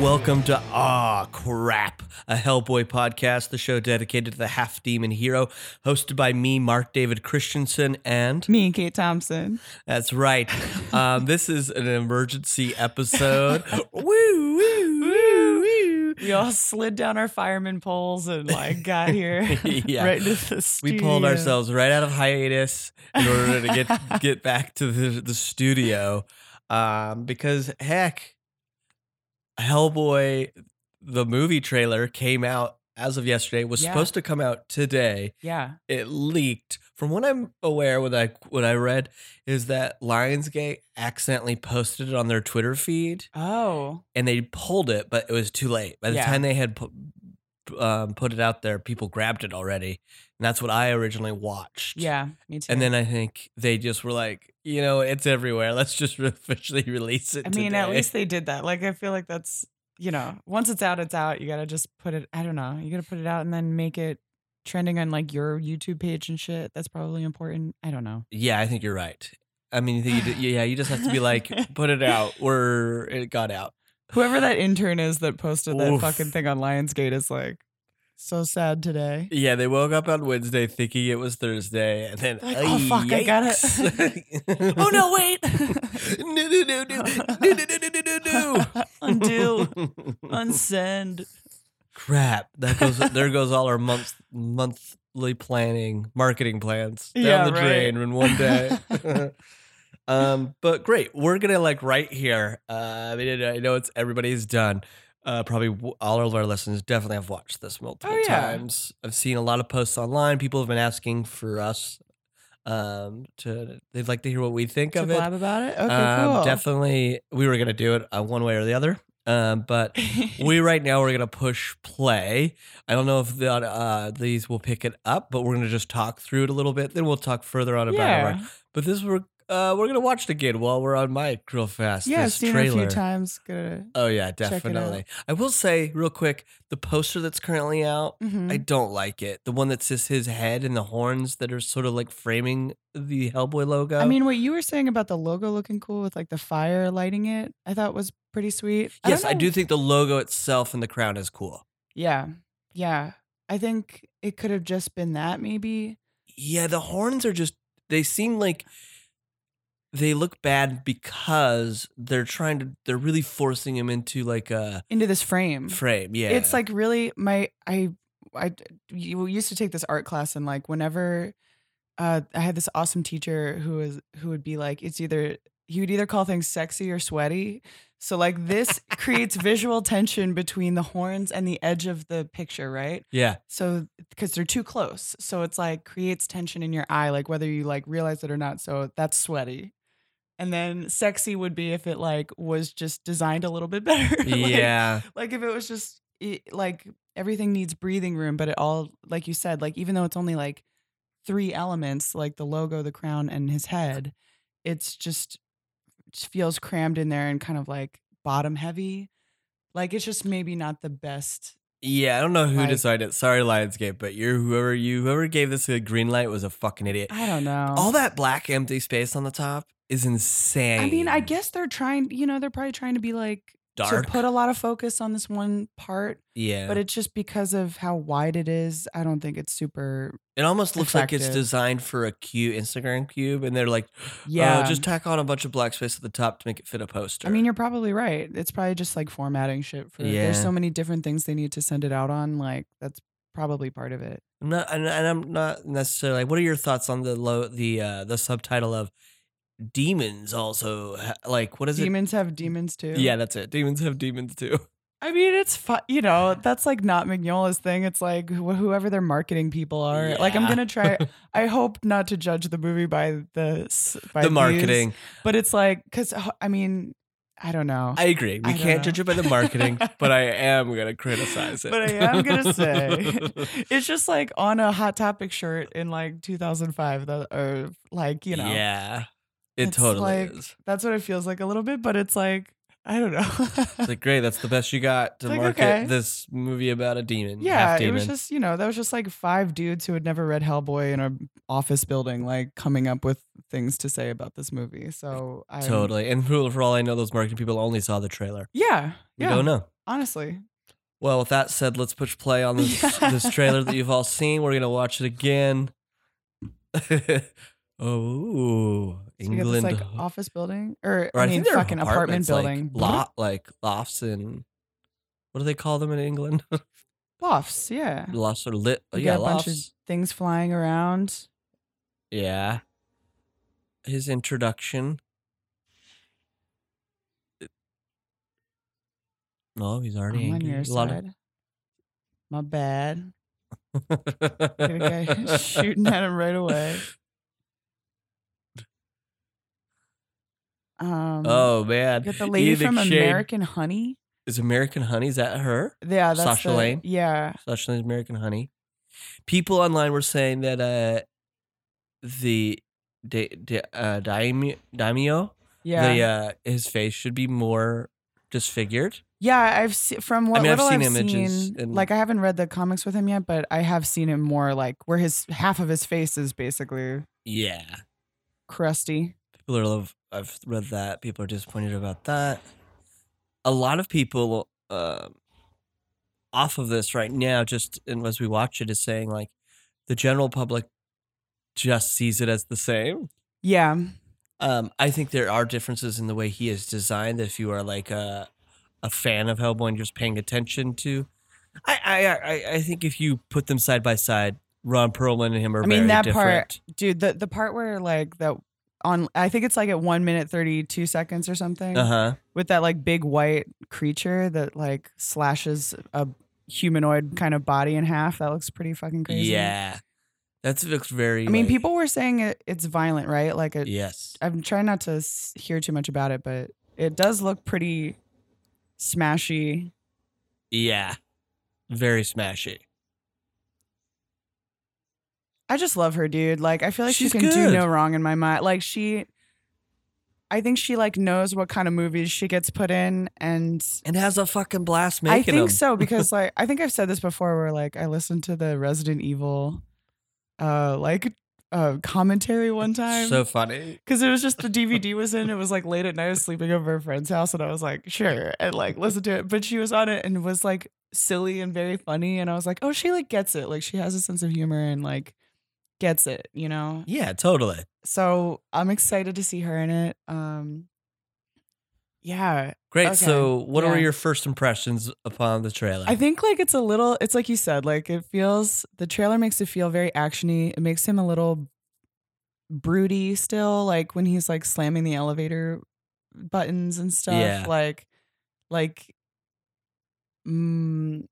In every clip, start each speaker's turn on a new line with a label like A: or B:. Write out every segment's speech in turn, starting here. A: welcome to Ah Crap, a Hellboy podcast, the show dedicated to the half demon hero, hosted by me, Mark David Christensen, and
B: Me and Kate Thompson.
A: that's right. Um, this is an emergency episode. woo, woo, woo, woo.
B: We all slid down our fireman poles and like got here
A: Yeah.
B: right into the
A: We
B: studio.
A: pulled ourselves right out of hiatus in order to get get back to the, the studio, um, because heck, Hellboy, the movie trailer came out as of yesterday. Was
B: Yeah.
A: supposed to come out today.
B: Yeah.
A: It leaked. From what I'm aware, what I what I read is that Lionsgate accidentally posted it on their Twitter feed,
B: Oh.
A: and they pulled it, but it was too late. By the
B: Yeah.
A: time they had pu- um, put it out there, people grabbed it already, and that's what I originally watched.
B: Yeah. Me too.
A: And then I think they just were like, you know, it's everywhere. Let's just officially release it.
B: I mean, at
A: today."
B: least they did that. Like I feel like that's you know, once it's out, it's out. You gotta just put it I don't know, you gotta put it out and then make it trending on like your YouTube page and shit. That's probably important. I don't know.
A: Yeah, I think you're right. I mean, you think you d- yeah, you just have to be like, put it out. We're it got out.
B: Whoever that intern is that posted that
A: Oof.
B: fucking thing on Lionsgate is like so sad today.
A: Yeah, they woke up on Wednesday thinking it was Thursday, and then
B: Like, oh, fuck, I got it.
A: yikes.
B: oh no, wait.
A: no, no, no, no, no, no, no, no, no, no.
B: Undo. Unsend.
A: crap that goes there goes all our month monthly planning marketing plans down
B: Yeah,
A: the
B: right.
A: drain in one day um but great we're gonna like right here uh i mean i know it's everybody's done uh probably w- all of our listeners definitely have watched this multiple
B: Oh, yeah.
A: times i've seen a lot of posts online people have been asking for us um to they'd like to hear what we think
B: To
A: of it
B: blab about it? Okay,
A: um,
B: cool.
A: definitely we were gonna do it uh, one way or the other um but we right now we're gonna push play. I don't know if the, uh, these will pick it up, but we're gonna just talk through it a little bit. Then we'll talk further on about it.
B: yeah,
A: But this we're uh, we're gonna watch it again while we're on mic real fast.
B: yeah, I've
A: this
B: seen
A: trailer.
B: it a few times. Good.
A: Oh yeah,
B: it out.
A: definitely. I will say real quick, the poster that's currently out,
B: Mhm.
A: I don't like it. The one that's just his head and the horns that are sort of like framing the Hellboy logo.
B: I mean, what you were saying about the logo looking cool with like the fire lighting it, I thought was pretty sweet. don't
A: yes, I
B: know-
A: do think the logo itself and the crown is cool.
B: Yeah, yeah. I think it could have just been that, maybe.
A: Yeah, the horns are just they seem like they look bad because they're trying to they're really forcing him into like a
B: Into this frame.
A: frame. Yeah.
B: It's like really my I I you we used to take this art class and like whenever uh, I had this awesome teacher who was who would be like it's either he would either call things sexy or sweaty. So like this creates visual tension between the horns and the edge of the picture, right?
A: Yeah.
B: So because they're too close, so it's like creates tension in your eye, like whether you like realize it or not. So that's sweaty. And then sexy would be if it like was just designed a little bit better. Like,
A: yeah.
B: like if it was just it, like everything needs breathing room but it all like you said like even though it's only like three elements like the logo the crown and his head it's just, just feels crammed in there and kind of like bottom heavy like it's just maybe not the best
A: Yeah. I don't know who
B: Like-
A: decided. Sorry, Lionsgate, but you're whoever you whoever gave this a green light was a fucking idiot.
B: i don't know
A: All that black empty space on the top is insane.
B: i mean i guess they're trying you know they're probably trying to be like
A: dark.
B: to put a lot of focus on this one part
A: yeah.
B: but
A: But it,
B: it's just because of how wide it is i don't think it's super
A: almost looks like it's
B: effective.
A: designed for a cute Instagram cube, and they're like,
B: yeah
A: oh, just tack on a bunch of black space at the top to make it fit a poster.
B: I mean, you're probably right. It's probably just like formatting shit for. There's
A: Yeah.
B: so many different things they need to send it out on. Like that's probably part of it.
A: I'm not, and, and I'm not necessarily. What are your thoughts on the low, the uh, the subtitle of demons? Also, ha- like, what is
B: demons have demons too.
A: it? Yeah, that's it. Demons have demons too.
B: I mean, it's fun. You know, that's like not Mignola's thing. It's like wh- whoever their marketing people are. Like I'm
A: Yeah.
B: gonna try. I hope not to judge the movie by the s- by
A: the
B: views,
A: marketing.
B: but it's like because I mean, I don't know.
A: I agree. We
B: I don't
A: can't
B: know.
A: judge it by the marketing, but I am gonna criticize it.
B: But I am gonna say, it's just like on a hot topic shirt in like 2005, that, or uh, like you know,
A: yeah, it
B: It's
A: totally
B: like-
A: is.
B: That's what it feels like a little bit, but it's like I don't
A: It's
B: know.
A: like great. That's the best you got to
B: Like,
A: market
B: okay.
A: this movie about a demon.
B: yeah,
A: half
B: it
A: demon.
B: was just you know that was just like five dudes who had never read Hellboy in an office building, like coming up with things to say about this movie. So I
A: totally. And for, for all I know, those marketing people only saw the trailer.
B: yeah
A: We
B: yeah.
A: don't know.
B: Honestly,
A: Well, with that said, let's push play on this this trailer that you've all seen. We're gonna watch it again. oh,
B: So we got this
A: England.
B: like office building or,
A: or
B: I mean
A: they're
B: fucking
A: apartments,
B: apartment
A: like
B: building. Mm-hmm.
A: lo- like lofts and what do they call them in England?
B: Lofts, yeah.
A: lofts are lit.
B: You
A: yeah,
B: got a bunch of
A: lofts.
B: things flying around.
A: Yeah. His introduction. No, Oh, he's already
B: I'm on
A: angry.
B: your
A: A lot of-
B: side. My bad. Get a guy shooting at him right away. Um,
A: Oh man!
B: Got the lady
A: Edith
B: from
A: Shane-
B: American Honey.
A: Is American Honey? Is that her?
B: Yeah, that's
A: Sasha
B: the-
A: Lane?
B: Yeah,
A: Sasha Lane's American Honey. People online were saying that uh, the da- da- uh, daimyo, daimyo
B: yeah,
A: the
B: yeah.
A: uh, his face should be more disfigured.
B: I've se- from what
A: mean, I've
B: little
A: seen
B: I've
A: images
B: seen,
A: and-
B: like I haven't read the comics with him yet, but I have seen him more like where his half of his face is basically
A: Yeah,
B: crusty.
A: people are. Love, I've read that. People are disappointed about that. A lot of people um off of this right now, just and as we watch it, is saying like the general public just sees it as the same.
B: Yeah,
A: Um, I think there are differences in the way he is designed. If you are like a a fan of Hellboy and just paying attention to, I I I, I think if you put them side by side, Ron Perlman and him are
B: I mean,
A: very
B: that
A: different.
B: part- dude. The the part where like that on, I think it's like at one minute thirty two seconds or something.
A: Uh huh.
B: with that like big white creature that like slashes a humanoid kind of body in half. That looks pretty fucking crazy.
A: Yeah, that looks very.
B: I mean,
A: like-
B: people were saying it, it's violent, right? Like, it,
A: Yes.
B: I'm trying not to s- hear too much about it, but it does look pretty smashy.
A: Yeah. Very smashy.
B: I just love her, dude. Like, I feel like
A: She's
B: she can do
A: good.
B: no wrong in my mind. Like, she, I think she like knows what kind of movies she gets put in, and
A: And has a fucking blast
B: I
A: making them.
B: think so because like I think I've said this before where like I listened to the Resident Evil uh like uh commentary one time.
A: So funny.
B: because it was just the DVD was in. It was like late at night. I was sleeping over at a friend's house, and I was like, "Sure," and like listen to it. But she was on it and was like silly and very funny, and I was like, "Oh, she like gets it. Like she has a sense of humor and like gets it, you know."
A: Yeah, totally.
B: So I'm excited to see her in it. Um, yeah,
A: Great.
B: Okay,
A: So, what were
B: yeah.
A: your first impressions upon the trailer?
B: I think like it's a little. It's like you said. Like it feels. The trailer makes it feel very actiony. It makes him a little broody still. Like when he's like slamming the elevator buttons and stuff.
A: Yeah.
B: Like, like. Mm,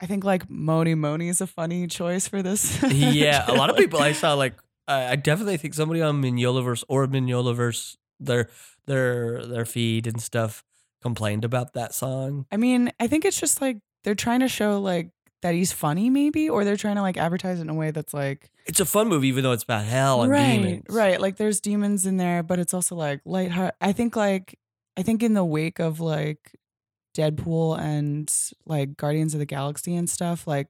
B: I think like Moni Moni is a funny choice for this.
A: yeah, a lot of
B: trailer.
A: people I saw like I I definitely think somebody on Mignolaverse or Mignolaverse their their their feed and stuff complained about that song.
B: I mean, I think it's just like they're trying to show like that he's funny, maybe, or they're trying to like advertise it in a way that's like
A: It's a fun movie, even though it's about hell and
B: right,
A: demons.
B: Right. Like there's demons in there, but it's also like light heart. I think like I think in the wake of like Deadpool and like Guardians of the Galaxy and stuff, like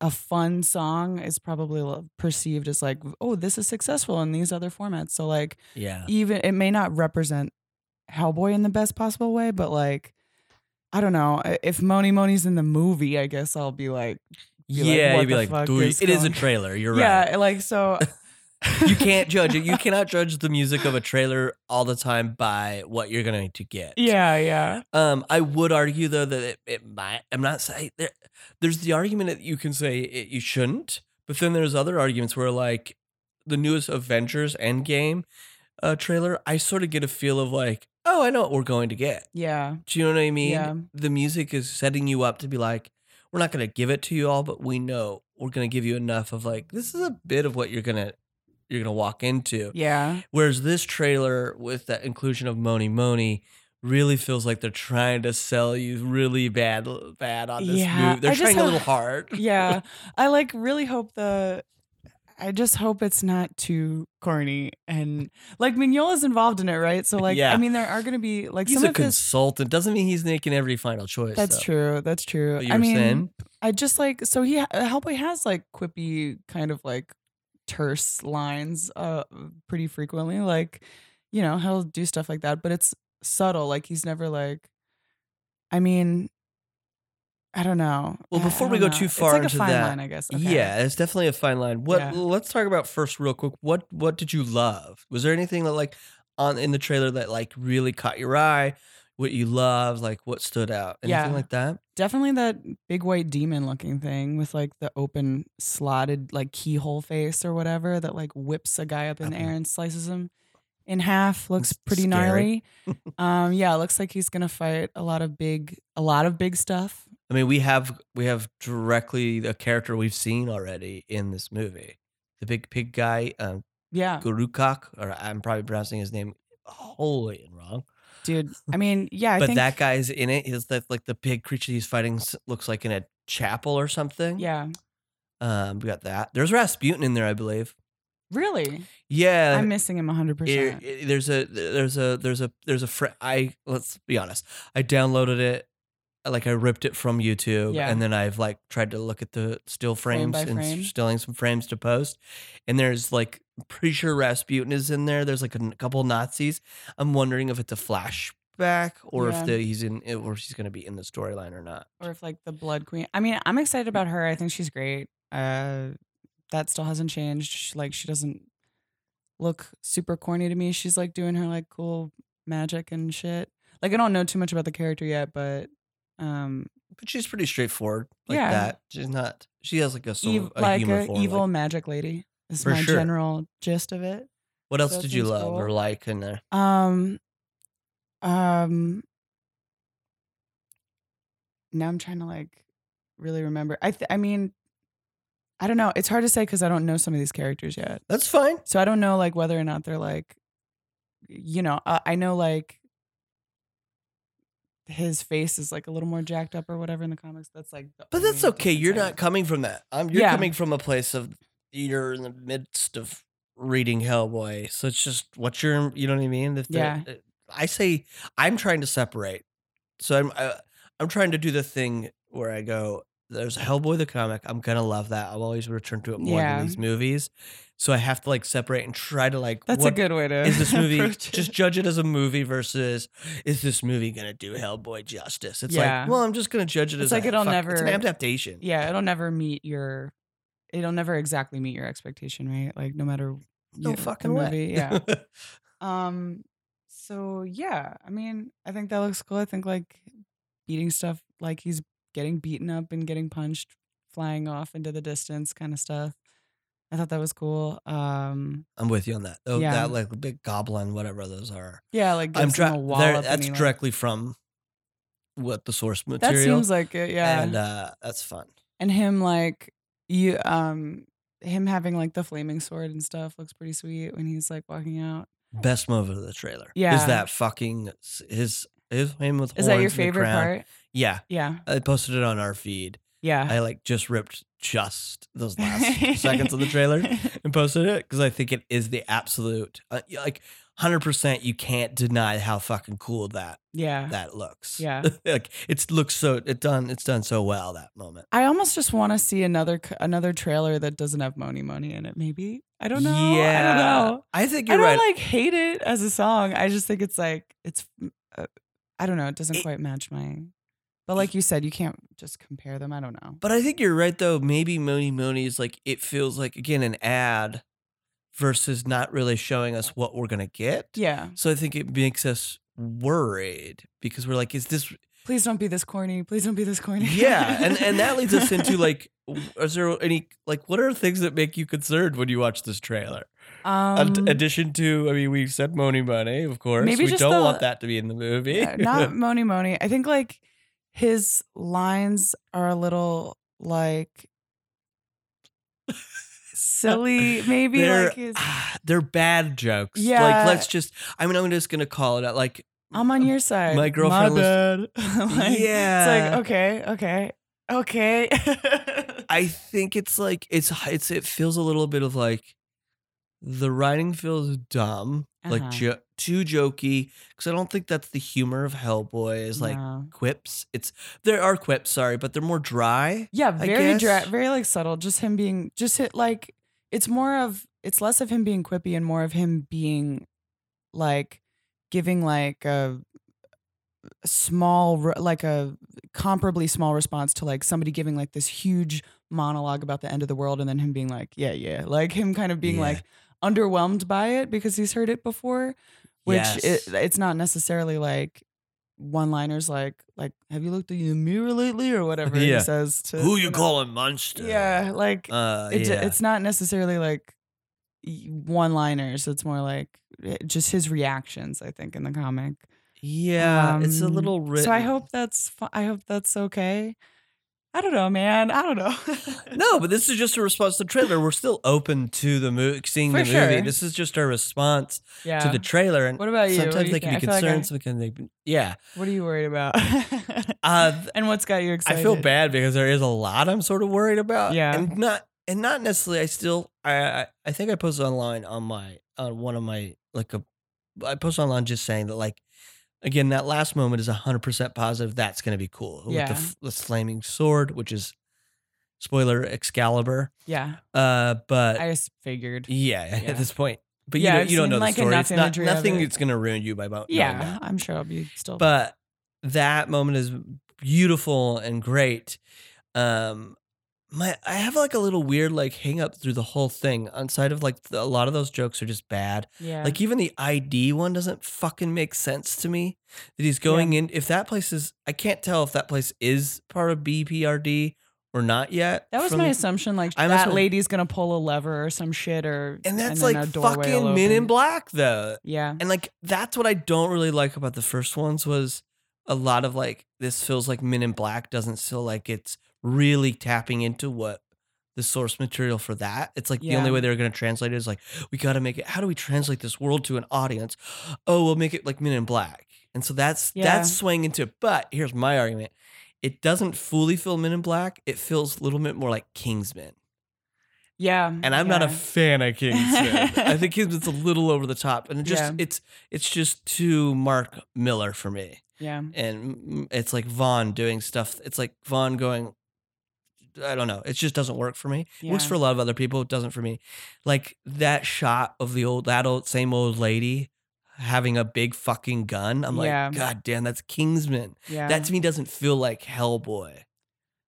B: a fun song is probably lo- perceived as like, oh, this is successful in these other formats. So like
A: Yeah.
B: even it may not represent Hellboy in the best possible way, but like I don't know. I- If Moni Moni's in the movie, I guess I'll be like, Be like,
A: yeah,
B: what
A: you'd be
B: the
A: like,
B: fuck
A: "Dude,
B: is
A: it is a
B: going-
A: trailer. You're right.
B: yeah, like so.
A: You can't judge it. You cannot judge the music of a trailer all the time by what you're going to get.
B: Yeah, yeah.
A: Um, I would argue though that it, it might. I'm not saying there, there's the argument that you can say it, you shouldn't, but then there's other arguments where like the newest Avengers Endgame uh, trailer, I sort of get a feel of like, oh, I know what we're going to get.
B: Yeah.
A: Do you know what I mean?
B: Yeah.
A: The music is setting you up to be like, we're not going to give it to you all, but we know we're going to give you enough of like this is a bit of what you're gonna you're gonna walk into.
B: Yeah.
A: Whereas this trailer with that inclusion of Moni Moni really feels like they're trying to sell you really bad bad on this
B: Yeah,
A: movie. They're
B: I just
A: trying a
B: ho-
A: little hard.
B: yeah i like really hope the i just hope it's not too corny and like mignola's involved in it right so like
A: Yeah.
B: i mean there are gonna be like
A: he's
B: some
A: a
B: of his
A: consultant. Doesn't mean he's making every final choice.
B: that's
A: though.
B: true that's true
A: But you
B: i
A: were
B: mean
A: saying?
B: i just like so he uh, hellboy has like quippy kind of like terse lines uh pretty frequently like you know he'll do stuff like that but it's subtle like he's never like I mean, I don't know.
A: Well,
B: I- I
A: before we
B: don't
A: go too
B: It's
A: far
B: like a
A: into
B: fine
A: that,
B: line, I guess. Okay.
A: Yeah, it's definitely a fine line. What
B: Yeah.
A: let's talk about first real quick. What what did you love? Was there anything that like on in the trailer that like really caught your eye? What you loved, like what stood out? Anything
B: Yeah.
A: like that?
B: definitely that big white demon looking thing with like the open slotted like keyhole face or whatever that like whips a guy up in the air and slices him in half looks
A: It's
B: pretty
A: scary.
B: gnarly um yeah it looks like he's gonna fight a lot of big a lot of big stuff
A: I mean, we have we have directly a character we've seen already in this movie. The big pig guy, um,
B: yeah
A: Gurukak, or I'm probably pronouncing his name wholly wrong.
B: dude i mean yeah i
A: but
B: think
A: that guy's in it. Is that like the big creature he's fighting s- looks like in a chapel or something?
B: yeah
A: Um, we got that. There's Rasputin in there, I believe.
B: really
A: Yeah.
B: i'm missing him 100%
A: Uh, it- it- there's a there's a there's a there's a fr- I let's be honest. I downloaded it like I ripped it from YouTube
B: Yeah.
A: and then I've like tried to look at the still frames
B: Frame by
A: and
B: frame.
A: s- stealing some frames to post. And there's like pretty sure Rasputin is in there. There's like a n- couple Nazis. I'm wondering if it's a flashback or
B: Yeah.
A: if the, he's in eh, or if he's going to be in the storyline or not.
B: or if like the blood queen i mean i'm excited about her i think she's great uh that still hasn't changed She- like she doesn't look super corny to me she's like doing her like cool magic and shit like i don't know too much about the character yet but um
A: But she's pretty straightforward like
B: Yeah.
A: that. She's not she has like a sort
B: ev-
A: of a
B: like
A: human
B: a
A: form, like-
B: evil magic lady is
A: For
B: my
A: sure.
B: general gist of it
A: what else
B: so
A: did you
B: seems
A: love
B: cool.
A: or like in there?
B: um um now i'm trying to like really remember i th- i mean i don't know it's hard to say because i don't know some of these characters yet
A: That's fine.
B: So I don't know like whether or not they're like, you know, I, I know like his face is like a little more jacked up or whatever in the comics. That's like, the
A: But that's
B: only
A: okay. You're
B: difference I
A: not coming from that. I'm, you're
B: Mm, Yeah.
A: coming from a place of you're in the midst of reading Hellboy, so it's just what you're. You know what I mean? If they're- I say I'm trying to separate, so I'm I, I'm trying to do the thing where I go. There's Hellboy the comic. I'm gonna love that. I'll always return to it more
B: Yeah.
A: than these movies. So I have to like separate and try to like
B: That's
A: what
B: a good way to.
A: is this movie
B: approach it.
A: just judge it as a movie versus is this movie gonna do Hellboy justice? It's
B: Yeah.
A: like, well, I'm just gonna judge it as
B: It's like
A: a
B: it'll
A: fuck- it's an
B: never-
A: adaptation.
B: yeah, it'll never meet your. It'll never exactly meet your expectation, right? Like no matter.
A: no
B: you- the
A: fucking way.
B: movie, Yeah. um. So yeah, I mean, I think that looks cool. I think like beating stuff, like he's getting beaten up and getting punched, flying off into the distance, kind of stuff. I thought that was cool. Um,
A: I'm with you on that. Oh,
B: Yeah.
A: that like big goblin, whatever those are.
B: yeah, like
A: I'm
B: gives him a
A: dra-
B: wall
A: there-
B: up and
A: that's
B: he, like-
A: directly from what the source
B: That
A: material.
B: seems like it, yeah.
A: And uh, that's fun.
B: and him like you, um, him having like the flaming sword and stuff looks pretty sweet when he's like walking out.
A: Best moment of the trailer.
B: Yeah.
A: Is that fucking s- his his him with horns
B: Is that
A: and
B: your
A: the
B: favorite
A: crown.
B: part?
A: Yeah.
B: Yeah,
A: I posted it on our feed.
B: yeah.
A: I like just ripped just those last seconds of the trailer. and posted it because I think it is the absolute uh, y- like hundred percent. You can't deny how fucking cool that
B: yeah.
A: that looks.
B: Yeah.
A: like it's looks so it done. It's done so well that moment.
B: I almost just want to see another c- another trailer that doesn't have Money Money in it. Maybe I don't know. I don't know.
A: I think
B: I
A: you're
B: don't
A: right.
B: like hate it as a song. I just think it's like it's. Uh, I don't know. It doesn't
A: It-
B: quite match my. But like you said, you can't just compare them. I don't know.
A: but I think you're right though. Maybe Moni Moni is like it feels like again an ad versus not really showing us what we're gonna get.
B: Yeah.
A: So I think it makes us worried because we're like, is this
B: Please don't be this corny. Please don't be this corny.
A: yeah and and that leads us into like w- is there any like what are things that make you concerned when you watch this trailer
B: um,
A: In addition to i mean we said money money of course
B: maybe
A: we
B: just
A: don't
B: the-
A: want that to be in the movie
B: Yeah, not Moni Moni. I think like his lines are a little like silly, maybe
A: they're,
B: like his.
A: ah, they're bad jokes
B: Yeah.
A: like let's just i mean i'm just gonna call it out like
B: I'm on your side.
A: my girlfriend
B: My
A: was-
B: bad. Like, It's
A: Yeah.
B: like okay, okay, okay.
A: i think it's like it's it's it feels a little bit of like the writing feels dumb like
B: Uh-huh.
A: jo- too jokey because i don't think that's the humor of hellboy is like
B: No.
A: quips. It's there are quips, sorry, but they're more dry.
B: yeah, very dra-
A: guess.
B: very like subtle. Just him being just hit like it's more of it's less of him being quippy and more of him being like giving like a small re- like a comparably small response to like somebody giving like this huge monologue about the end of the world and then him being like yeah yeah like him kind of being
A: Yeah.
B: like underwhelmed by it because he's heard it before which
A: Yes.
B: it, it's not necessarily like one liners like like have you looked in the mirror lately or whatever
A: Yeah.
B: he says to
A: Who you call a monster?
B: yeah like
A: Uh,
B: it,
A: yeah.
B: it's not necessarily like one liners it's more like it- just his reactions i think in the comic
A: yeah. it's a
B: um,
A: little written.
B: so i hope that's fi- i hope that's okay i don't know man i don't know
A: No, but this is just a response to the trailer. We're still open to the movie, seeing
B: For
A: the movie.
B: sure.
A: This is just our response
B: yeah
A: to the trailer. And
B: what about you
A: sometimes
B: what do you
A: they can
B: think?
A: be
B: I feel like I-
A: concerned. sometimes they can- yeah.
B: what are you worried about
A: Uh, th-
B: and what's got you excited
A: I feel bad because there is a lot I'm sort of worried about.
B: Yeah.
A: and not and not necessarily. I still I I, I think I posted online on my on one of my like a I posted online just saying that like again that last moment is hundred percent positive. That's going to be cool with
B: Yeah.
A: the, f- the flaming sword, which is spoiler Excalibur.
B: yeah
A: Uh, but
B: i just figured
A: yeah,
B: Yeah.
A: at this point. But
B: Yeah,
A: you,
B: I've
A: don't, you don't
B: seen,
A: know
B: like,
A: the story.
B: enough
A: It's not
B: imagery of
A: nothing
B: it.
A: that's going to ruin you by about knowing
B: yeah
A: that.
B: i'm sure i'll be still
A: But that moment is beautiful and great. Um, my I have like a little weird like hang up through the whole thing. Outside of like the, a lot of those jokes are just bad.
B: yeah
A: Like even the ID one doesn't fucking make sense to me. That he's going in. If that place is, I can't tell if that place is part of BPRD or not yet.
B: That was
A: from-
B: my assumption. Like
A: I must
B: that
A: have-
B: lady's gonna pull a lever or some shit, or
A: And that's
B: then a
A: like
B: doorway will
A: fucking Men in
B: open.
A: Black though.
B: Yeah,
A: And like that's what I don't really like about the first ones was a lot of like this feels like Men in Black doesn't feel like it's really tapping into what the source material for that. It's like the
B: Yeah.
A: only way they're going to translate it is like we got to make it. How do we translate this world to an audience? Oh, we'll make it like Men in Black. And so that's
B: Yeah.
A: that's swaying into. it. But here's my argument: it doesn't fully feel Men in Black. It feels a little bit more like Kingsman.
B: yeah.
A: And I'm not a fan of Kingsman. I think Kingsman's a little over the top, and it just
B: Yeah.
A: it's it's just too Mark Miller for me.
B: yeah,
A: And mm, it's like Vaughn doing stuff. It's like Vaughn going. I don't know. It just doesn't work for me. It works
B: Yeah.
A: for a lot of other people. It doesn't for me. Like that shot of the old that old same old lady having a big fucking gun. I'm like,
B: Yeah.
A: God damn, that's Kingsman.
B: yeah.
A: That to me doesn't feel like Hellboy.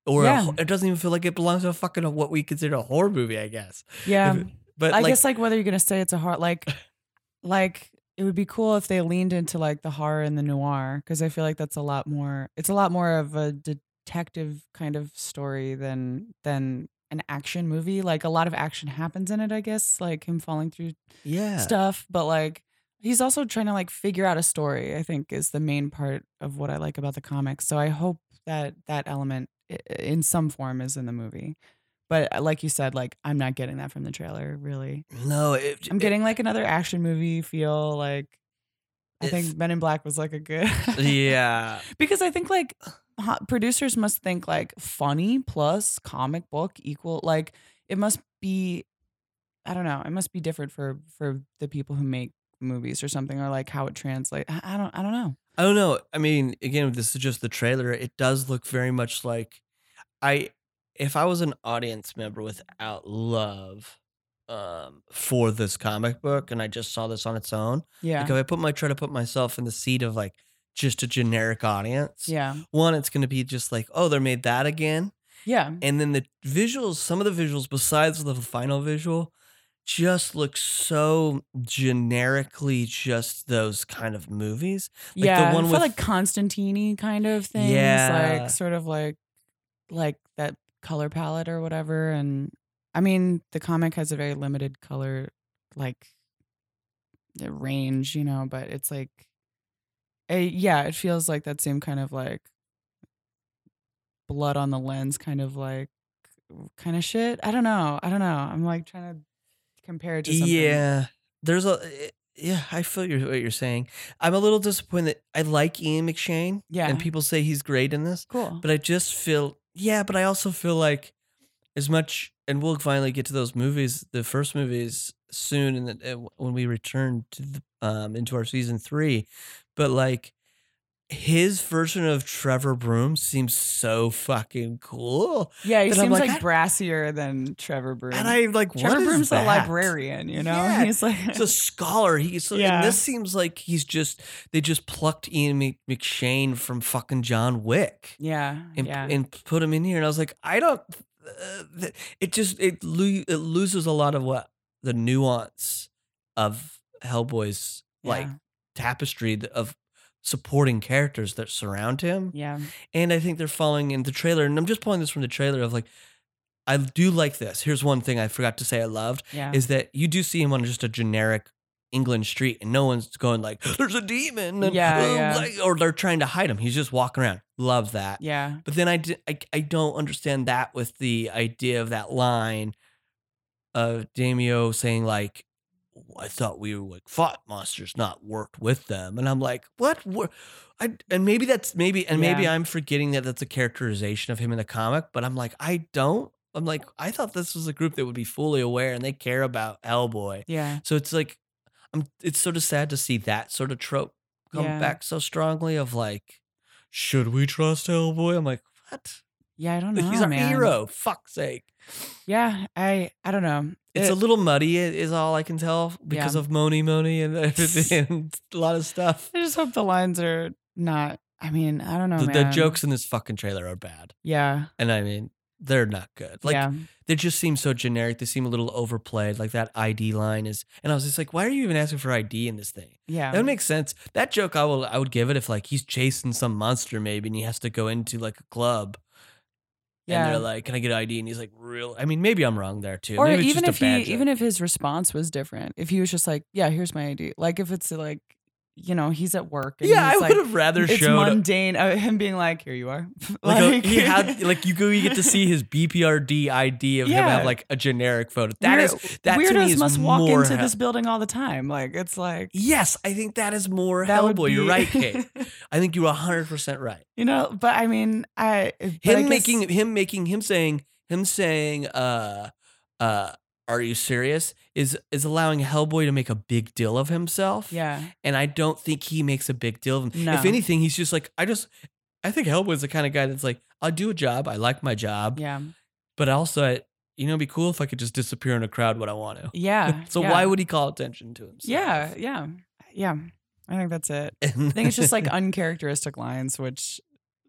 A: Or a
B: Yeah.
A: ho- it doesn't even feel like it belongs to a fucking what we consider a horror movie, I guess.
B: yeah.
A: If it- but
B: I
A: like,
B: guess like whether you're gonna say it's a horror, like, like it would be cool if they leaned into like the horror and the noir because I feel like that's a lot more. It's a lot more of a detective kind of story than than an action movie. Like a lot of action happens in it. I guess like him falling through
A: yeah,
B: stuff, but like he's also trying to like figure out a story, I think is the main part of what I like about the comics. So I hope that that element i- in some form is in the movie. But uh, like you said, like I'm not getting that from the trailer really.
A: no, it,
B: I'm
A: it-
B: getting like another action movie feel like I
A: It's-
B: think Men in Black was like a good
A: yeah,
B: because I think like ho- producers must think like funny plus comic book equal like it must be I don't know it must be different for for the people who make movies or something or like how it translates I I don't I don't know
A: I don't know. I mean, again, this is just the trailer. It does look very much like I, if I was an audience member without love um for this comic book and I just saw this on its own,
B: yeah
A: like if I put my try to put myself in the seat of like just a generic audience,
B: yeah
A: one, it's going to be just like, oh, they are made that again.
B: yeah
A: And then the visuals, some of the visuals besides the final visual, just look so generically just those kind of movies. the
B: yeah
A: one
B: I feel
A: with-
B: like Constantine kind of things
A: Yeah.
B: like sort of like like that color palette or whatever and I mean the comic has a very limited color like the range you know but it's like eh, yeah it feels like that same kind of like blood on the lens kind of like kind of shit I don't know I don't know I'm like trying to compare it to something
A: Yeah, there's a eh, yeah. I feel your, what you're saying. I'm a little disappointed. I like Ian McShane.
B: Yeah.
A: and people say he's great in this,
B: cool
A: but I just feel yeah. But I also feel like as much, and we'll finally get to those movies, the first movies soon, and uh, that- eh, when we return to the, um into our season three, but like. his version of Trevor Broom seems so fucking cool.
B: Yeah, he
A: Then I'm
B: seems
A: like, I-
B: like, brassier than Trevor Broom.
A: And I like
B: Trevor
A: what is
B: Broom's
A: that?
B: a librarian, you know?
A: Yeah.
B: He's like
A: He's a scholar. He's so, and
B: Yeah.
A: this seems like he's just they just plucked Ian Mc- McShane from fucking John Wick
B: Yeah.
A: and
B: yeah.
A: and put him in here. And I was like, I don't. Uh, th- it just it lo- it loses a lot of what the nuance of Hellboy's like
B: Yeah.
A: tapestry th- of supporting characters that surround him.
B: yeah.
A: And I think they're following in the trailer. And I'm just pulling this from the trailer of like, I do like this. Here's one thing I forgot to say I loved
B: Yeah.
A: is that you do see him on just a generic England street and no one's going like, there's a demon. And,
B: Yeah,
A: "Oh,
B: yeah.
A: like," or they're trying to hide him. He's just walking around. Love that.
B: yeah.
A: But then I, di- I, I don't understand that with the idea of that line of Damio saying like, I thought we were like fought monsters, not worked with them. And I'm like, what? were I, and maybe that's maybe, and maybe
B: Yeah.
A: I'm forgetting that that's a characterization of him in the comic, but I'm like, I don't. I'm like, I thought this was a group that would be fully aware and they care about Hellboy.
B: Yeah.
A: So it's like, I'm, it's sort of sad to see that sort of trope come
B: Yeah.
A: back so strongly of like, should we trust Hellboy? I'm like, what?
B: Yeah, I don't know.
A: He's our
B: man.
A: hero. Fuck's sake.
B: Yeah, I I don't know.
A: It's
B: It-
A: a little muddy, i- is all I can tell because of Moni Moni and, and a lot of stuff.
B: I just hope the lines are not I mean, I don't know.
A: the, the
B: man.
A: jokes in this fucking trailer are bad.
B: Yeah.
A: And I mean, they're not good. Like,
B: yeah.
A: they just seem so generic. They seem a little overplayed. Like, that ID line is. And I was just like, why are you even asking for ID in this thing?
B: Yeah.
A: That would make sense. That joke, I will, I would give it if like he's chasing some monster maybe, and he has to go into like a club,
B: yeah.
A: and they're like, "Can I get ID?" And he's like, "Real." I mean, maybe I'm wrong there too.
B: or
A: maybe it's
B: even if
A: just a
B: he
A: bad joke.
B: even if his response was different. If he was just like, Yeah, here's my ID. Like if it's like you know, he's at work and
A: yeah, I
B: he's
A: would
B: like,
A: have rather
B: it's
A: showed
B: mundane. Uh, him being like, "Here you are."
A: like, a- he had like you go, you get to see his BPRD ID of him
B: Yeah.
A: have like a generic photo. That is that to me
B: weirdos
A: is
B: must walk
A: more
B: into
A: hel-
B: this building all the time. Like it's like
A: Yes, I think that is more
B: that would
A: Hellboy. You're
B: be-
A: right, Kate. I think you are 100 percent right.
B: you know, but I mean, I but I
A: him
B: guess-
A: making him making him saying him saying uh uh are you serious is is allowing hellboy to make a big deal of himself
B: yeah,
A: and i don't think he makes a big deal of him
B: No.
A: if anything he's just like i just i think hellboy's the kind of guy that's like i'll do a job i like my job
B: yeah,
A: but also I, you know it'd be cool if i could just disappear in a crowd when i want to
B: yeah.
A: so
B: yeah.
A: why would he call attention to himself
B: Yeah, yeah, yeah. I think that's it.
A: i
B: I think it's just like uncharacteristic lines, which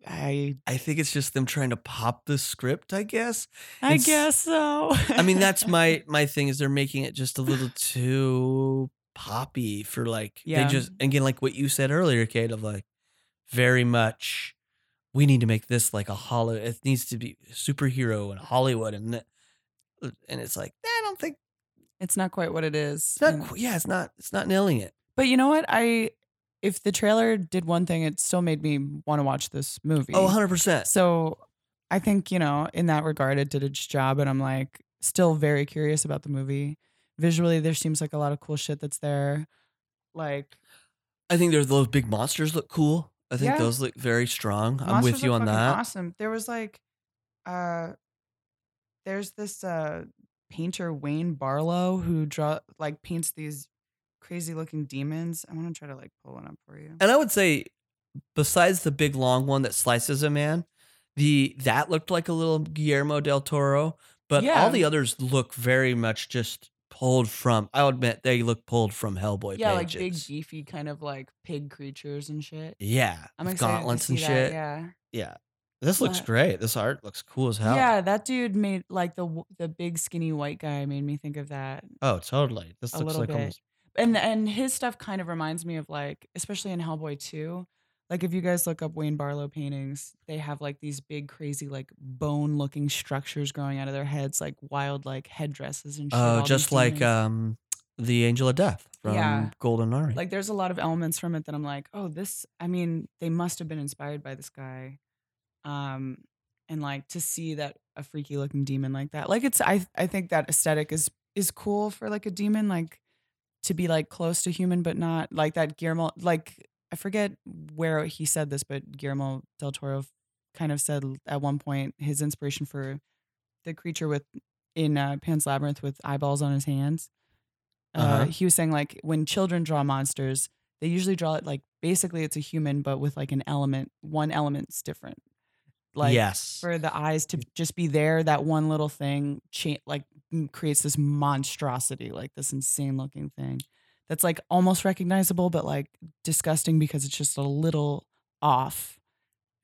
B: I
A: i think it's just them trying to pop the script i guess
B: I
A: It's-
B: guess so.
A: I mean, that's my my thing is they're making it just a little too poppy for like
B: Yeah.
A: they just again like what you said earlier, Kate, of like very much we need to make this like a hollow. It needs to be superhero and Hollywood and th- and it's like I don't think
B: it's not quite what it is.
A: it's not.
B: And-
A: qu- Yeah, it's not. It's not nailing it.
B: But you know what? I if the trailer did one thing, it still made me want to watch this movie.
A: Oh, 100 percent.
B: So I think, you know, in that regard, it did its job. And I'm like, still very curious about the movie. Visually, there seems like a lot of cool shit that's there. Like,
A: I think there's those big monsters look cool. I think
B: Yeah.
A: those look very strong. I'm
B: monsters
A: with you
B: look
A: on
B: fucking
A: that.
B: Awesome. There was like, uh, there's this uh painter Wayne Barlow who draw like paints these crazy looking demons. I want to try to like pull one up for you.
A: And I would say, besides the big long one that slices a man, the that looked like a little Guillermo del Toro, but
B: Yeah.
A: all the others look very much just pulled from. I'll admit they look pulled from Hellboy
B: yeah, like
A: pages.
B: big beefy kind of like pig creatures and shit.
A: yeah,
B: I'm
A: with
B: excited
A: gauntlets
B: to
A: and
B: see that,
A: shit.
B: Yeah.
A: Yeah. this looks
B: What?
A: great. This art looks cool as hell.
B: Yeah, that dude made like the w- the big skinny white guy made me think of that.
A: Oh, totally. This
B: A
A: looks
B: little
A: like
B: bit.
A: almost.
B: And and his stuff kind of reminds me of like especially in Hellboy 2. Like if you guys look up Wayne Barlow paintings, they have like these big crazy like bone looking structures growing out of their heads like wild like headdresses and shit. all
A: Oh,
B: these
A: just like
B: demons.
A: um, the Angel of Death from
B: Yeah.
A: Golden Army.
B: like there's a lot of elements from it that I'm like, "Oh, this I mean, they must have been inspired by this guy." Um and like to see that a freaky looking demon like that. Like it's I I think that aesthetic is is cool for like a demon like to be like close to human but not like that Guillermo like I forget where he said this but Guillermo del Toro kind of said at one point his inspiration for the creature with in uh, Pan's Labyrinth with eyeballs on his hands. Uh,
A: Uh-huh.
B: he was saying like when children draw monsters, they usually draw it like basically it's a human, but with like an element, one element's different. Like
A: yes.
B: for the eyes to just be there, that one little thing cha- like m- creates this monstrosity, like this insane looking thing that's like almost recognizable, but like disgusting because it's just a little off.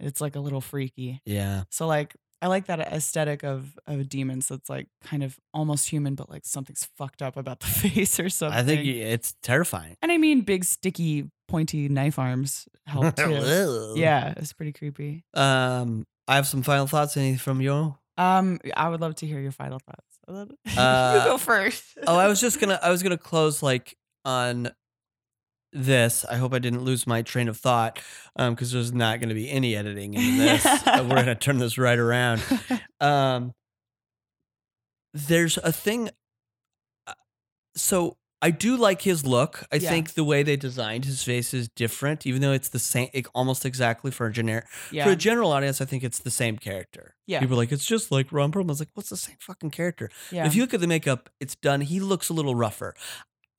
B: It's like a little freaky.
A: yeah.
B: So like I like that aesthetic of of demons that's like kind of almost human, but like something's fucked up about the face or something.
A: I think y- it's terrifying.
B: and I mean big sticky pointy knife arms help too.
A: Ugh.
B: yeah, it's pretty creepy.
A: Um, I have some final thoughts. Any from you?
B: Um, I would love to hear your final thoughts. I love-
A: Uh,
B: you go first.
A: oh, I was just gonna I was gonna close like on this. I hope I didn't lose my train of thought because there's not gonna be any editing in this. Uh, We're gonna turn this right around. Um, there's a thing. uh, So I do like his look. I
B: Yeah.
A: think the way they designed his face is different, even though it's the same, it, almost exactly for a generic for
B: yeah,
A: a general audience. I think it's the same character.
B: Yeah.
A: people are like it's just like Ron Perlman. I was like, what's the same fucking character?
B: yeah,
A: If you look at the makeup, it's done. He looks a little rougher.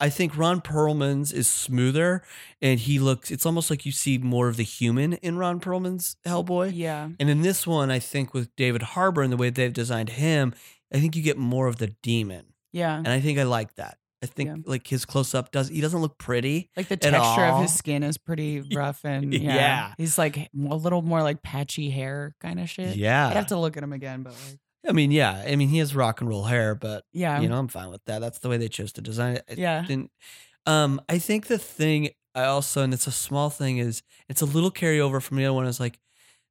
A: I think Ron Perlman's is smoother, and he looks. It's almost like you see more of the human in Ron Perlman's Hellboy.
B: yeah,
A: And in this one, I think with David Harbour and the way they've designed him, I think you get more of the demon,
B: yeah.
A: and I think I like that. I think
B: Mm. Yeah.
A: like his close up does. He doesn't look pretty.
B: Like the
A: at
B: texture of
A: all.
B: his skin is pretty rough, and yeah,
A: Yeah.
B: he's like a little more like patchy hair kind of shit. I'd
A: Yeah,
B: have to look at him again, but like,
A: I mean, yeah. I mean, he has rock and roll hair, but
B: yeah,
A: you know, I'm fine with that. That's the way they chose to design it. I
B: yeah,
A: didn't um i think the thing i also and it's a small thing is it's a little carryover from the other one is like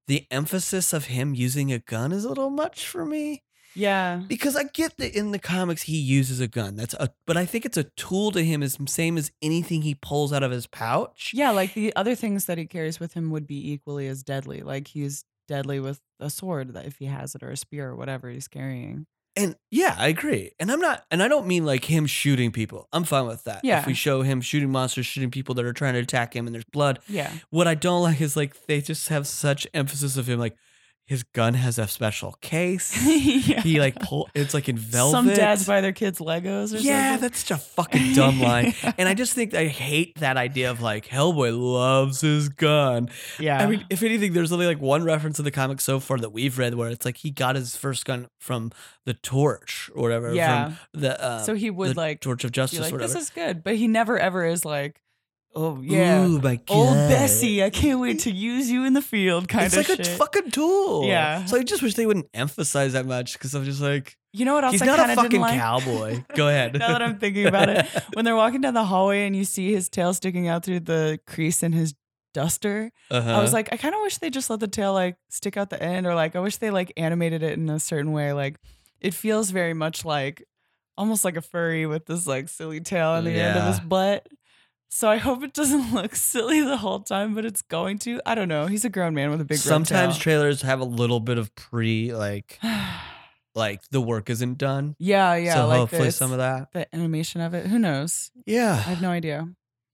A: the emphasis of him using a gun is a little much for me
B: yeah,
A: because i get that in the comics he uses a gun that's a but i think it's a tool to him is same as anything he pulls out of his pouch
B: yeah. Like the other things that he carries with him would be equally as deadly. Like he's deadly with a sword that if he has it, or a spear, or whatever he's carrying.
A: and yeah i agree and i'm not and i don't mean like him shooting people i'm fine with that
B: Yeah.
A: if we show him shooting monsters shooting people that are trying to attack him and there's blood
B: Yeah,
A: what I don't like is like they just have such emphasis of him like his gun has a special case.
B: yeah.
A: he like pull it's like in velvet.
B: Some dads buy their kids Legos or
A: yeah,
B: something.
A: that's such a fucking dumb line. And I just think I hate that idea of like Hellboy loves his gun.
B: yeah.
A: I mean, if anything, there's only like one reference in the comic so far that we've read where it's like he got his first gun from the torch or whatever.
B: yeah.
A: From the uh,
B: so he would
A: the
B: like
A: torch of
B: be
A: justice
B: like,
A: or
B: "This
A: whatever.
B: is good," but he never ever is like, "Oh yeah,
A: Ooh, my
B: old
A: God.
B: Bessie, I can't wait to use you in the field." Kind
A: it's
B: of
A: like
B: shit.
A: a fucking tool.
B: Yeah.
A: So I just wish they wouldn't emphasize that much because I'm just like,
B: you know what else?
A: he's
B: I
A: not
B: kinda
A: a
B: didn't
A: fucking
B: like?
A: cowboy. Go ahead.
B: now that I'm thinking about it, when they're walking down the hallway and you see his tail sticking out through the crease in his duster,
A: Uh-huh.
B: I was like, I kind of wish they just let the tail like stick out the end, or like I wish they like animated it in a certain way. Like it feels very much like almost like a furry with this like silly tail on the end of his
A: Yeah.
B: butt. So I hope it doesn't look silly the whole time, but it's going to. I don't know. He's a grown man with a big. red
A: sometimes
B: tail.
A: trailers have a little bit of pre, like, like the work isn't done.
B: yeah, yeah.
A: so
B: like
A: hopefully
B: the,
A: some of that.
B: the animation of it. Who knows? I
A: Yeah.
B: have no idea.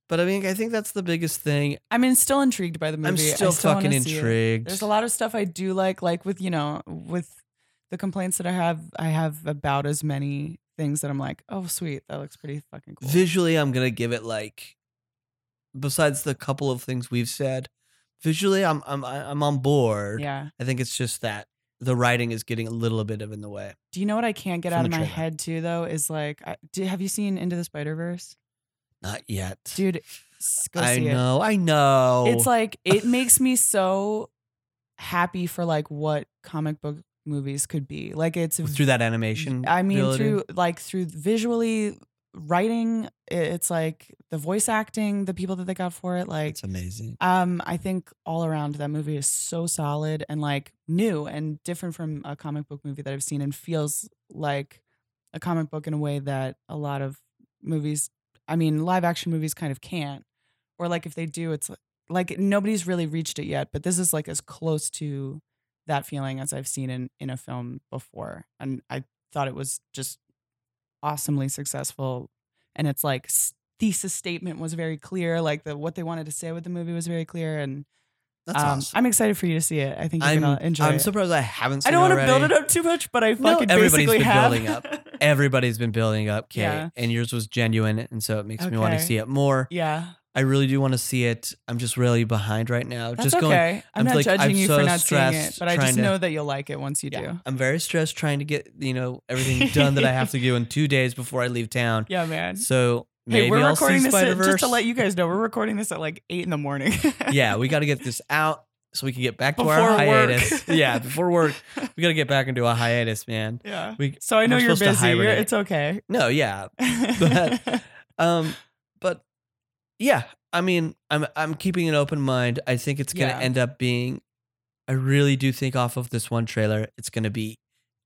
A: But I mean, I think that's the biggest thing.
B: I mean, still intrigued by the movie.
A: I'm
B: I
A: still, fucking
B: wanna see it.
A: intrigued.
B: There's a lot of stuff I do like, like with you know, with the complaints that I have, I have about as many things that I'm like, oh sweet, that looks pretty fucking cool.
A: Visually, I'm gonna give it like, besides the couple of things we've said, visually, I'm I'm I'm on board.
B: yeah.
A: I think it's just that the writing is getting a little bit of in the way.
B: Do you know what I can't get
A: From
B: out
A: the
B: of my
A: trailer.
B: head too though is like, I, do, have you seen Into the Spider Verse,
A: Not yet.
B: dude? s- Go
A: I
B: see it.
A: know, I know.
B: It's like it makes me so happy for like what comic book movies could be. Like it's
A: through that animation.
B: I mean,
A: ability.
B: through like through visually writing, i- it's like the voice acting, the people that they got for it. Like,
A: it's amazing.
B: um, I think all around that movie is so solid and like new and different from a comic book movie that I've seen and feels like a comic book in a way that a lot of movies, I mean, live action movies kind of can't. Or like if they do, it's like, like nobody's really reached it yet, but this is like as close to that feeling as I've seen in, in a film before. And I thought it was just awesomely successful. And it's like s- thesis statement was very clear. Like the what they wanted to say with the movie was very clear. And
A: That's
B: um,
A: awesome.
B: I'm excited for you to see it. I think you're
A: I'm,
B: gonna
A: I'm,
B: enjoy it.
A: surprised I haven't seen
B: I don't
A: want
B: want to build it up too much, but I
A: No,
B: fucking
A: everybody's
B: basically
A: been
B: have.
A: building up. Everybody's been building up, Kate,
B: Yeah.
A: and yours was genuine, and so it makes me want to
B: Okay.
A: see it more.
B: yeah.
A: I really do want to see it. I'm just really behind right now.
B: That's
A: just
B: okay.
A: going.
B: I'm,
A: I'm
B: not
A: like,
B: judging
A: I'm
B: you
A: so
B: for not seeing it,
A: stressed
B: but I
A: trying
B: just
A: to-
B: know that you'll like it once you
A: Yeah.
B: do.
A: I'm very stressed trying to get you know everything done that I have to do in two days before I leave town.
B: Yeah, man.
A: So maybe
B: hey, we're
A: I'll
B: recording
A: see
B: this
A: Spider
B: at,
A: Verse.
B: just to let you guys know. We're recording this at like eight in the morning.
A: yeah, we got to get this out so we can get back to
B: Before
A: our
B: work.
A: hiatus. yeah, before work, we got to get back into a hiatus, man.
B: yeah.
A: We
B: So I know
A: we're
B: you're
A: supposed to
B: busy. You're,
A: hibernate.
B: it's okay.
A: no, yeah, But- um, but yeah, I mean, I'm I'm keeping an open mind. I think it's gonna
B: Yeah.
A: end up being. I really do think off of this one trailer, it's gonna be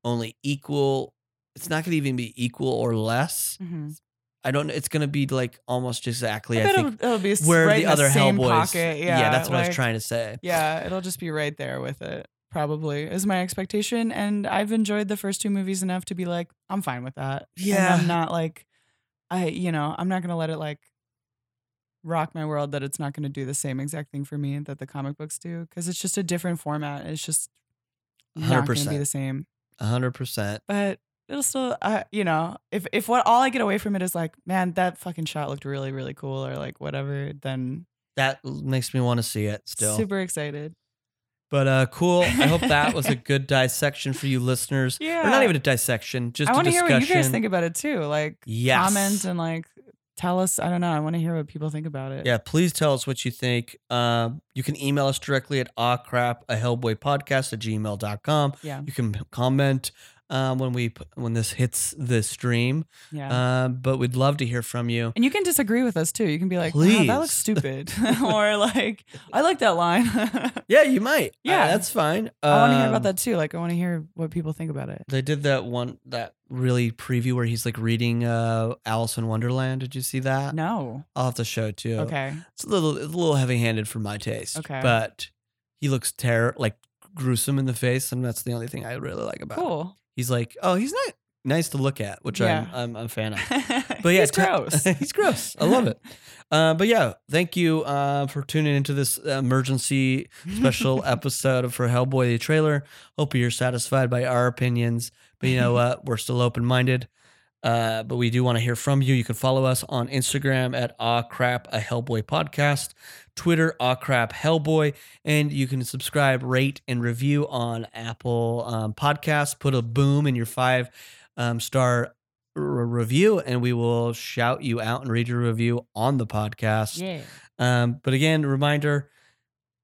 A: only equal. It's not gonna even be equal or less.
B: Mhm.
A: I don't. It's gonna be like almost exactly.
B: I
A: I,
B: bet
A: think
B: it'll, it'll be s-
A: where
B: right in
A: the other
B: same
A: Hellboys.
B: Pocket. Yeah,
A: that's what I was
B: like-
A: trying to say.
B: Yeah, it'll just be right there with it. Probably is my expectation, and I've enjoyed the first two movies enough to be like, I'm fine with that. And
A: Yeah.
B: I'm not like, I you know, I'm not gonna let it like rock my world that it's not gonna do the same exact thing for me that the comic books do because it's just a different format. It's just not gonna be
A: 100%.
B: the same.
A: hundred percent.
B: But it'll still, uh, you know, if if what all I get away from it is like, man, that fucking shot looked really really cool or like whatever, then
A: That makes me want to see it still.
B: super excited.
A: But uh, cool. I hope that was a good dissection for you listeners.
B: Yeah,
A: Or not even a dissection, just
B: I
A: a
B: want to hear
A: discussion.
B: what you guys think about it too. Like
A: Yes.
B: comment and like tell us. I don't know. I want to hear what people think about it.
A: Yeah, please tell us what you think. Um, you can email us directly at crap a Hellboy podcast at gmail.com.
B: Yeah.
A: You can comment um, when we p- when this hits the stream.
B: Yeah.
A: Um, but we'd love to hear from you.
B: and you can disagree with us too. You can be like, wow, that looks
A: Please.
B: stupid. or like, I like that line.
A: Yeah, you might.
B: Yeah.
A: Uh, that's fine.
B: I want to hear about
A: Um,
B: that too. Like, I want to hear what people think about it.
A: They did that one that really preview where he's like reading uh, Alice in Wonderland. Did you see that?
B: No.
A: I'll have to show it to you.
B: Okay.
A: It's a little it's a little heavy handed for my taste.
B: Okay.
A: But he looks terror like gruesome in the face, and that's the only thing I really like about. it.
B: Cool.
A: He's like, oh, he's not nice to look at, which
B: Yeah.
A: I'm, I'm a fan of.
B: but
A: But yeah,
B: it's
A: te-
B: gross.
A: he's gross. I love it. Uh, but yeah, thank you uh, for tuning into this emergency special episode of for Hellboy the trailer. Hope you're satisfied by our opinions. But you know what? We're still open minded. Uh, but we do want to hear from you. You can follow us on Instagram at Ah Crap a Hellboy Podcast, Twitter Ah Crap Hellboy, and you can subscribe, rate, and review on Apple um, Podcasts. Put a boom in your five um, star r- review, and we will shout you out and read your review on the podcast.
B: yeah.
A: Um, but again, reminder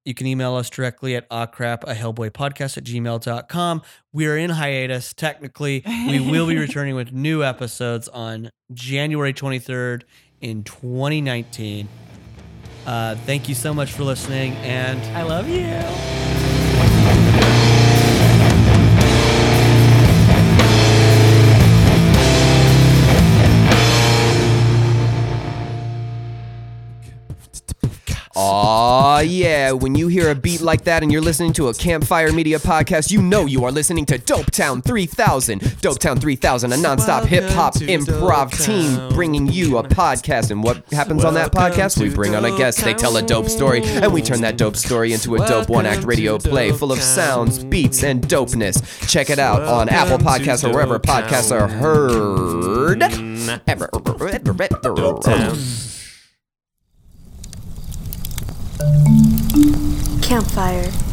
A: you can email us directly at crap a hellboy podcast at gmail.com. We are in hiatus, technically. We will be returning with new episodes on January 23rd in 2019. Uh, thank you so much for listening, and
B: I love you.
C: Aw, yeah. When you hear a beat like that and you're listening to a Campfire Media podcast, you know you are listening to Dopetown 3000. Dopetown 3000, a nonstop
D: Welcome
C: hip hop
D: to
C: improv team
D: Dopetown.
C: bringing you a podcast. And what happens on that
D: Welcome
C: podcast? We
D: to
C: bring on a guest, they tell a dope story, and we turn that dope story into a dope
D: Welcome
C: one act radio
D: to
C: play full of
D: Dopetown.
C: sounds, beats, and dopeness. Check it out on Apple
D: Welcome to
C: Podcasts or wherever podcasts are heard.
E: Campfire.